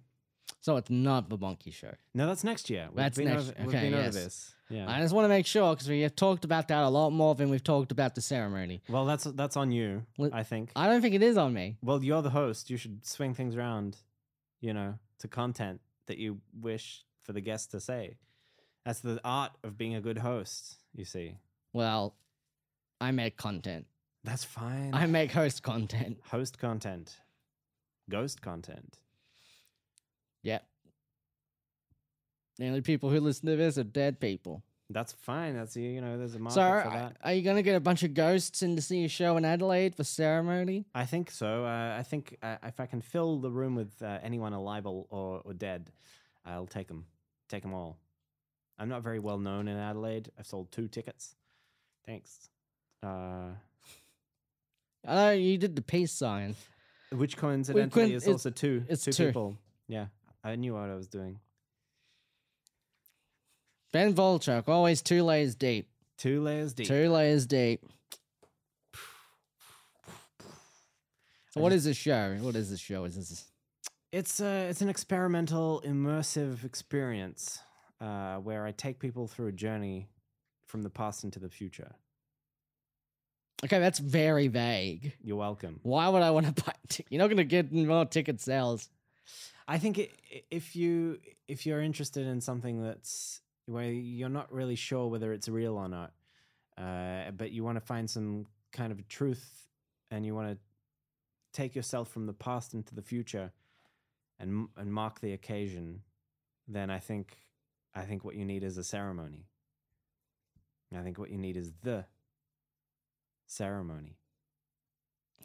So it's not the monkey show. No, that's next year. We've That's been next over, year. We've Okay, been yes. over this. Yeah. I just want to make sure because we have talked about that a lot more than we've talked about the ceremony. well, that's that's on you, Well, I think. I don't think it is on me. Well, you're the host. You should swing things around, you know, to content that you wish for the guest to say. That's the art of being a good host, you see. Well, I make content. That's fine. I make host content. host content, ghost content. Yep. The only people who listen to this are dead people. That's fine. That's you know, there's a market So, for are, that. are you going to get a bunch of ghosts in to see a show in Adelaide for ceremony? I think so. Uh, I think uh, if I can fill the room with uh, anyone alive or, or or dead, I'll take them. Take them all. I'm not very well known in Adelaide. I've sold two tickets. Thanks. Uh, I know you did the peace sign. Which coincidentally couldn't- is it's- also two. it's two, two. people. Yeah, I knew what I was doing. Ben Volchuk, always two layers deep. Two layers deep. Two layers deep. So I what is this show? What is this show? Is this It's uh, it's an experimental, immersive experience uh, where I take people through a journey from the past into the future. okay? That's very vague. You're welcome. Why would I want to [laughs] buy? T- You're not going to get more ticket sales. I think i i- if you if you're interested in something that's where you're not really sure whether it's real or not, uh, but you want to find some kind of truth and you want to take yourself from the past into the future and m- and mark the occasion, then I think I think what you need is a ceremony. I think what you need is the ceremony.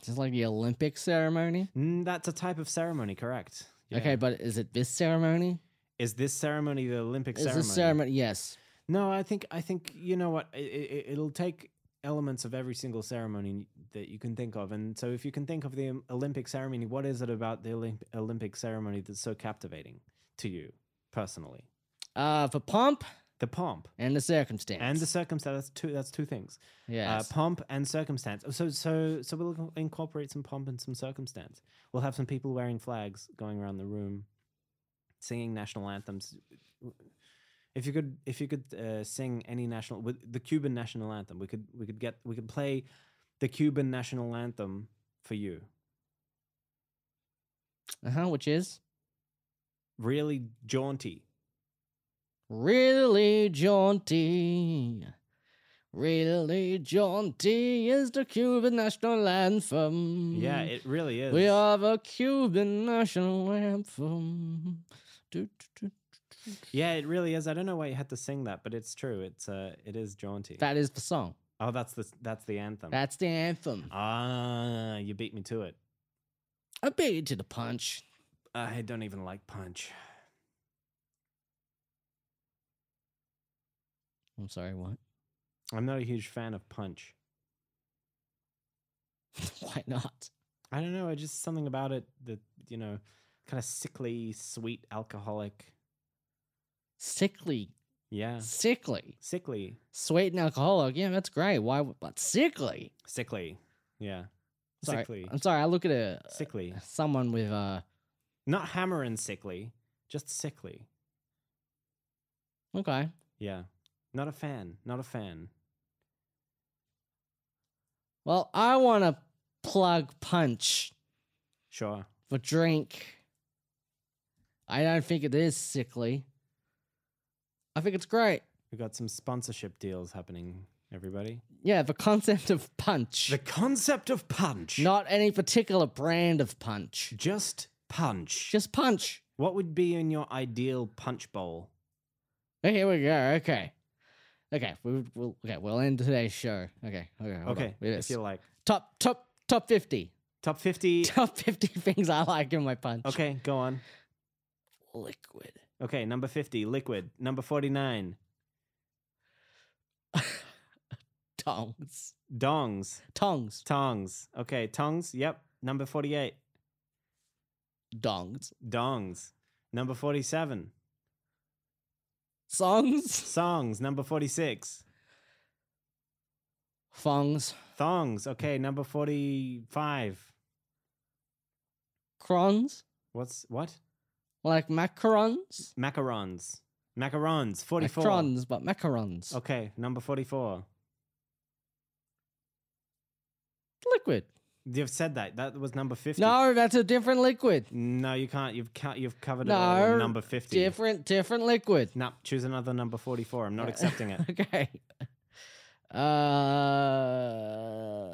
Just like the Olympic ceremony. Mm, that's a type of ceremony, correct? Yeah. Okay, but is it this ceremony? Is this ceremony the Olympic Is ceremony? this ceremony? Yes. No, I think I think you know what it, it, will take elements of every single ceremony that you can think of, and so if you can think of the um, Olympic ceremony, what is it about the Olymp- Olympic ceremony that's so captivating to you personally? Uh, for pomp The pomp and the circumstance. and the uh, circumstance. That's two. That's two things. yes. Uh, pomp and circumstance. Oh, So so so we'll inc- incorporate some pomp and some circumstance. We'll have some people wearing flags going around the room, singing national anthems. If you could if you could uh, sing any national with the Cuban national anthem, we could we could get we could play the Cuban national anthem for you. uh huh. Which is Really jaunty. really jaunty. Really jaunty is the Cuban national anthem. Yeah, it really is. Mm-hmm. we are the Cuban national anthem. Do, do, do. Yeah, it really is. I don't know why you had to sing that, but it's true. It's uh, it is jaunty. That is the song. oh, that's the that's the anthem. That's the anthem. uh, ah, you beat me to it. I beat you to the punch. I don't even like punch. I'm sorry. What? [laughs] I'm not a huge fan of punch. Why not? I don't know. I just something about it that you know, kind of sickly, sweet, alcoholic. Sickly, Yeah, sickly, sickly, sweet and alcoholic. Yeah, that's great. Why? w- But sickly. sickly. Yeah, Sorry. Sickly. I'm sorry. I look at a Sickly. someone with uh Not hammer and sickly, just sickly. okay. Yeah. Not a fan. Not a fan. Well, I want to plug punch Sure. for drink. I don't think it is sickly. I think it's great. We got some sponsorship deals happening, everybody. Yeah, the concept of punch. The concept of punch. Not any particular brand of punch. Just punch. Just punch. what would be in your ideal punch bowl? Oh, here we go. Okay. Okay, we, we'll okay. We'll end today's show. Okay, okay, hold okay. On. It If is. you like. Top, top, top fifty. Top [laughs] 50. Top fifty things I like in my punch. Okay, go on. liquid. Okay, number 50, liquid. Number 49, Tongs. dongs. Tongs. Tongs. Okay, tongs. Yep. Number 48, Dongs. dongs. Number 47, Songs. songs. Number 46, Fongs. thongs. Okay, number 45. Crons. What's what? Like macarons. Macarons. Macarons. 44. Macarons, but macarons. Okay, number 44. Liquid. You've said that. That was number 50. No, that's a different liquid. No, you can't. You've ca- you've covered it all in No, number 50. Different, different liquid. [laughs] Nah, choose another number 44. I'm not Yeah. accepting it. okay. Uh,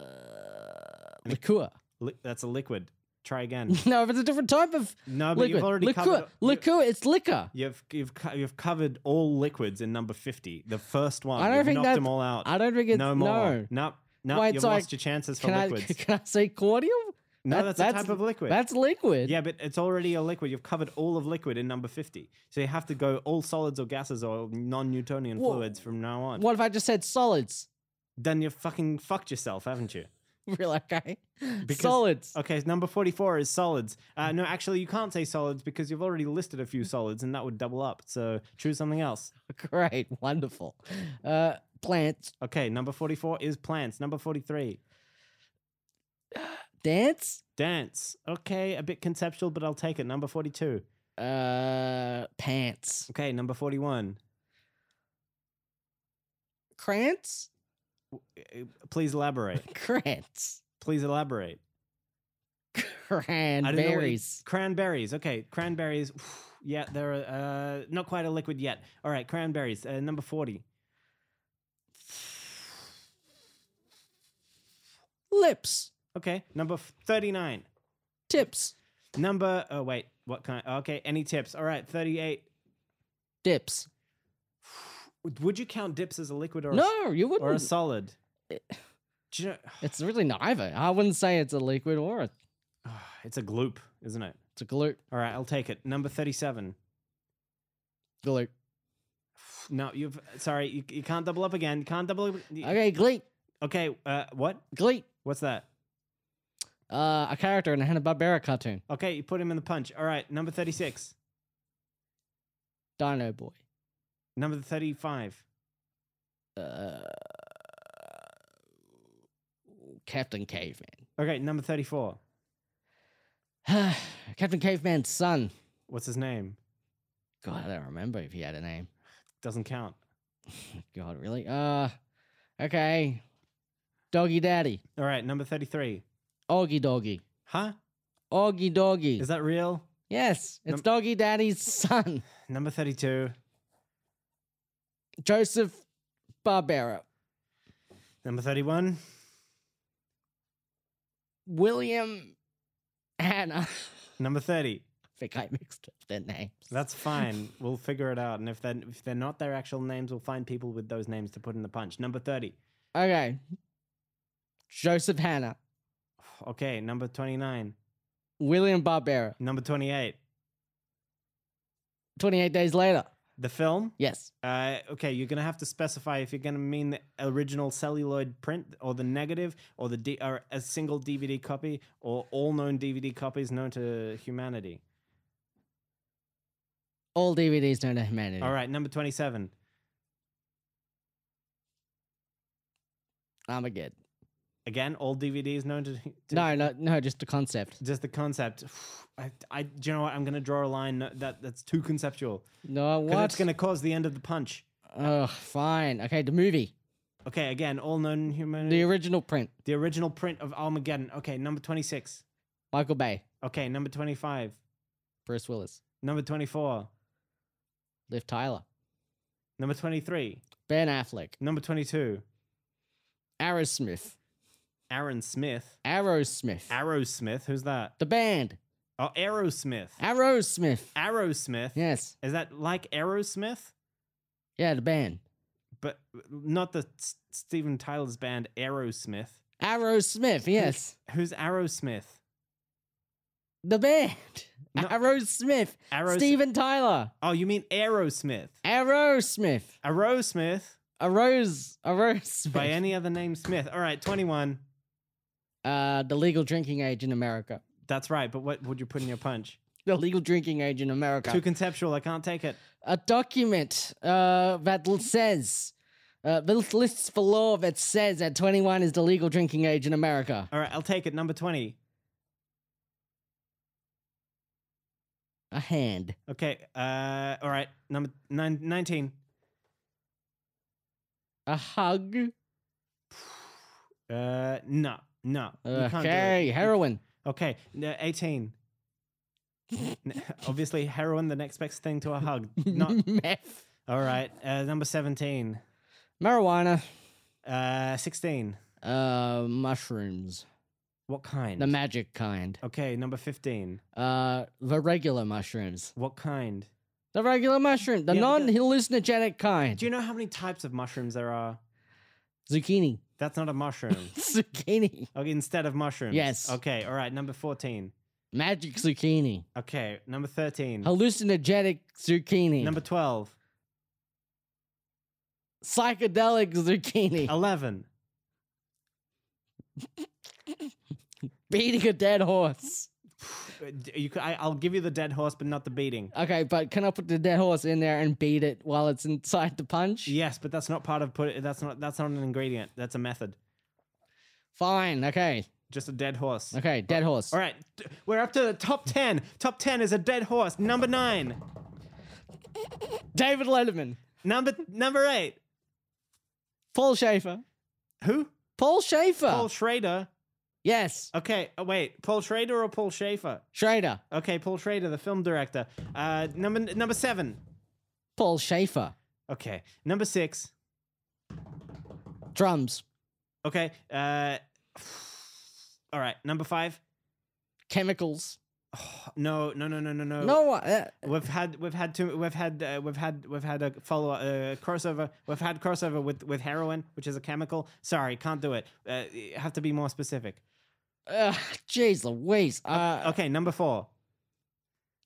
liqueur. [laughs] Li- that's a liquid. Try again. No, but it's a different type of No, but liquid. you've already liqueur. covered. you- liqueur. It's liquor. You've you've co- you've covered all liquids in number fifty. The first one. I don't you've think knocked that's- them all out. I don't think it's no more. no. No. No, Wait, you've so I- lost your chances for Can I [laughs] liquids. can I say cordial? no, that- that's, that's- a type of liquid. That's liquid. yeah, but it's already a liquid. You've covered all of liquid in number fifty. So you have to go all solids or gases or non-Newtonian Wha- fluids from now on. What if I just said solids? [laughs] Then you've fucking fucked yourself, haven't you? Real okay. Because- solids. Okay, number forty-four is solids. Uh, no, actually, you can't say solids because you've already listed a few solids, and that would double up. So choose something else. [laughs] Great. Wonderful. Uh, plants. Okay, number 44 is plants. Number 43, Dance. dance. Okay, a bit conceptual, but I'll take it. Number 42. Uh, pants. Okay, number 41. Crants. Uh, Please [laughs] elaborate. Crants. Please elaborate. I don't know what you- Cranberries. Cranberries. Okay, cranberries. [sighs] Yeah, they're uh, not quite a liquid yet. All right, cranberries. Uh, number 40. Lips. Okay, number f- 39. Tips. Number, oh, wait, what kind? Okay, any tips? All right, 38. Dips. Would you count dips as a liquid or, No, you a, or a wouldn't. Eh. solid? Do you know- [sighs] it's really neither. I wouldn't say it's a liquid or a, it's a gloop, isn't it? it's a glute. All right, I'll take it. Number 37. Glute. No, you've sorry, you, you can't double up again. Can't double up. y- Okay, Gleet. Okay, uh what? Gleet. What's that? Uh, a character in a Hanna Barbera cartoon. Okay, you put him in the punch. All right, number 36. Dino Boy. Number 35. Uh, Captain Caveman. [sighs] Okay, number 34. Captain Caveman's son. What's his name? God, I don't remember if he had a name. Doesn't count. God, really? Uh, okay. Doggy Daddy. All right, number 33. Oggy Doggy. Huh? Oggy Doggy. Is that real? Yes, it's Num- Doggy Daddy's son, [laughs] Number 32. Joseph Barbera. Number 31. William Hannah. [laughs] I Number 30. think I mixed up their names. That's fine. we'll figure it out. And if they're, if they're not their actual names, we'll find people with those names to put in the punch. Number 30. okay. Joseph Hannah, Okay, number 29. William Barbera. Number 28. 28 days later. The film? Yes. Uh, okay, you're gonna have to specify if you're gonna mean the original celluloid print or the negative or the D- or a single DVD copy or all known DVD copies known to humanity. All DVDs known to humanity. All right, number twenty-seven. Armageddon. Again, all DVDs known to, to No, no, no, just the concept. just the concept. [sighs] I, I, do you know what? I'm going to draw a line that that's too conceptual. No, 'Cause what? That's going to cause the end of the punch. Oh, fine. Okay, the movie, Okay, again, all known human. the The, original print, original print of Armageddon. Okay, number 26. Michael Bay, Okay, number 25. Bruce Willis, Number 24. Liv Tyler, Number 23. Ben Affleck, Number 22. Aerosmith, Aaron Smith. Aerosmith, Aerosmith. Who's that? the band, Oh, Aerosmith. Aerosmith. Aerosmith. Yes, Is that like Aerosmith? yeah, the band, But not the S- Steven Tyler's band Aerosmith. Aerosmith. Yes, Who's Aerosmith? the band, No. Aerosmith, Aeros- Steven Tyler, Oh, you mean Aerosmith? Aerosmith, Aerosmith Arose, Aerosmith. by any other name Smith. All right, 21. uh, the legal drinking age in America. That's right, but what would you put in your punch? The legal drinking age in America. Too conceptual. I can't take it. a document uh, that l- says uh, that lists for law that says that 21 is the legal drinking age in America. All right, I'll take it. Number 20. A hand, Okay. Uh, all right. Number nine, 19. a hug. [sighs] Uh, no, no. you can't do it. Okay, [laughs] heroin. Okay. n- 18. N- [laughs] Obviously, heroin, the next best thing to a hug. [laughs] Not, meth, all right. Uh, number 17. marijuana, Uh, 16. uh, mushrooms, What kind? the magic kind, okay. Number 15. uh, the regular mushrooms, What kind? the regular mushroom, the Yeah, but non the- hallucinogenic kind. Do you know how many types of mushrooms there are? Zucchini, [laughs] That's not a mushroom. zucchini, okay, instead of mushrooms. Yes. Okay. All right. Number 14. magic zucchini, Okay. Number 13. hallucinogenic zucchini, Number 12. psychedelic zucchini. 11. beating a dead horse. Uh, d- You, c- I, I'll give you the dead horse, but not the beating. Okay, but can I put the dead horse in there and beat it while it's inside the punch? Yes, but that's not part of put. That's not. That's not an ingredient. That's a method. Fine. Okay. Just a dead horse. Okay. Dead horse. All right, d- we're up to the top ten. Top ten is a dead horse. Number nine. David Letterman. Number number eight. Paul Schaefer. Who? Paul Schaefer. Paul Schrader. yes. Okay. Oh, wait. Paul Schrader or Paul Schaefer? Schrader. Okay. Paul Schrader, the film director. Uh, number number seven. Paul Schaefer. Okay. Number six. Drums. Okay. Uh, [sighs] all right. Number five. Chemicals. No. No. No. No. No. No. No. Uh, We've had we've had two we've had uh, we've had we've had a follow uh, crossover we've had crossover with with heroin which is a chemical sorry can't do it uh, you have to be more specific uh, Jeez Louise. Uh, okay number four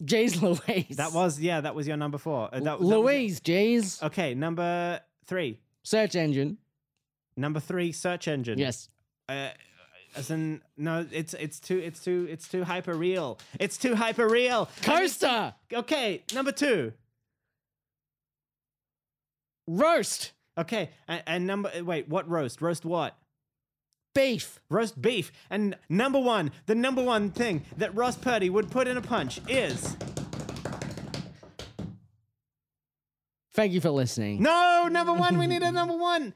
Jeez Louise. that was yeah that was your number four uh, that, that was Uh, your- Louise. Jeez. okay number three Search engine. number three search engine Yes. uh, as in no it's it's too it's too it's too hyper real it's too hyper real Coaster. okay number two Roast. okay and, and number eh, wait what roast roast what Beef. roast beef. And number one, the number one thing that Ross Purdy would put in a punch is Thank you for listening. no number one. We need a number one.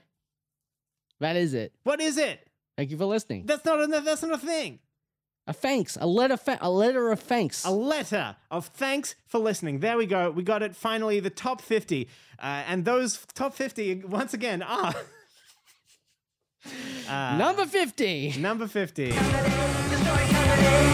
That is it. What is it? Thank you for listening. That's not a that's not a thing. A thanks. A letter. Fa- a letter of thanks. A letter of thanks for listening. There we go. We got it finally. The top fifty, uh, and those top fifty once again are [laughs] Number fifty. number fifty. Destroy comedy.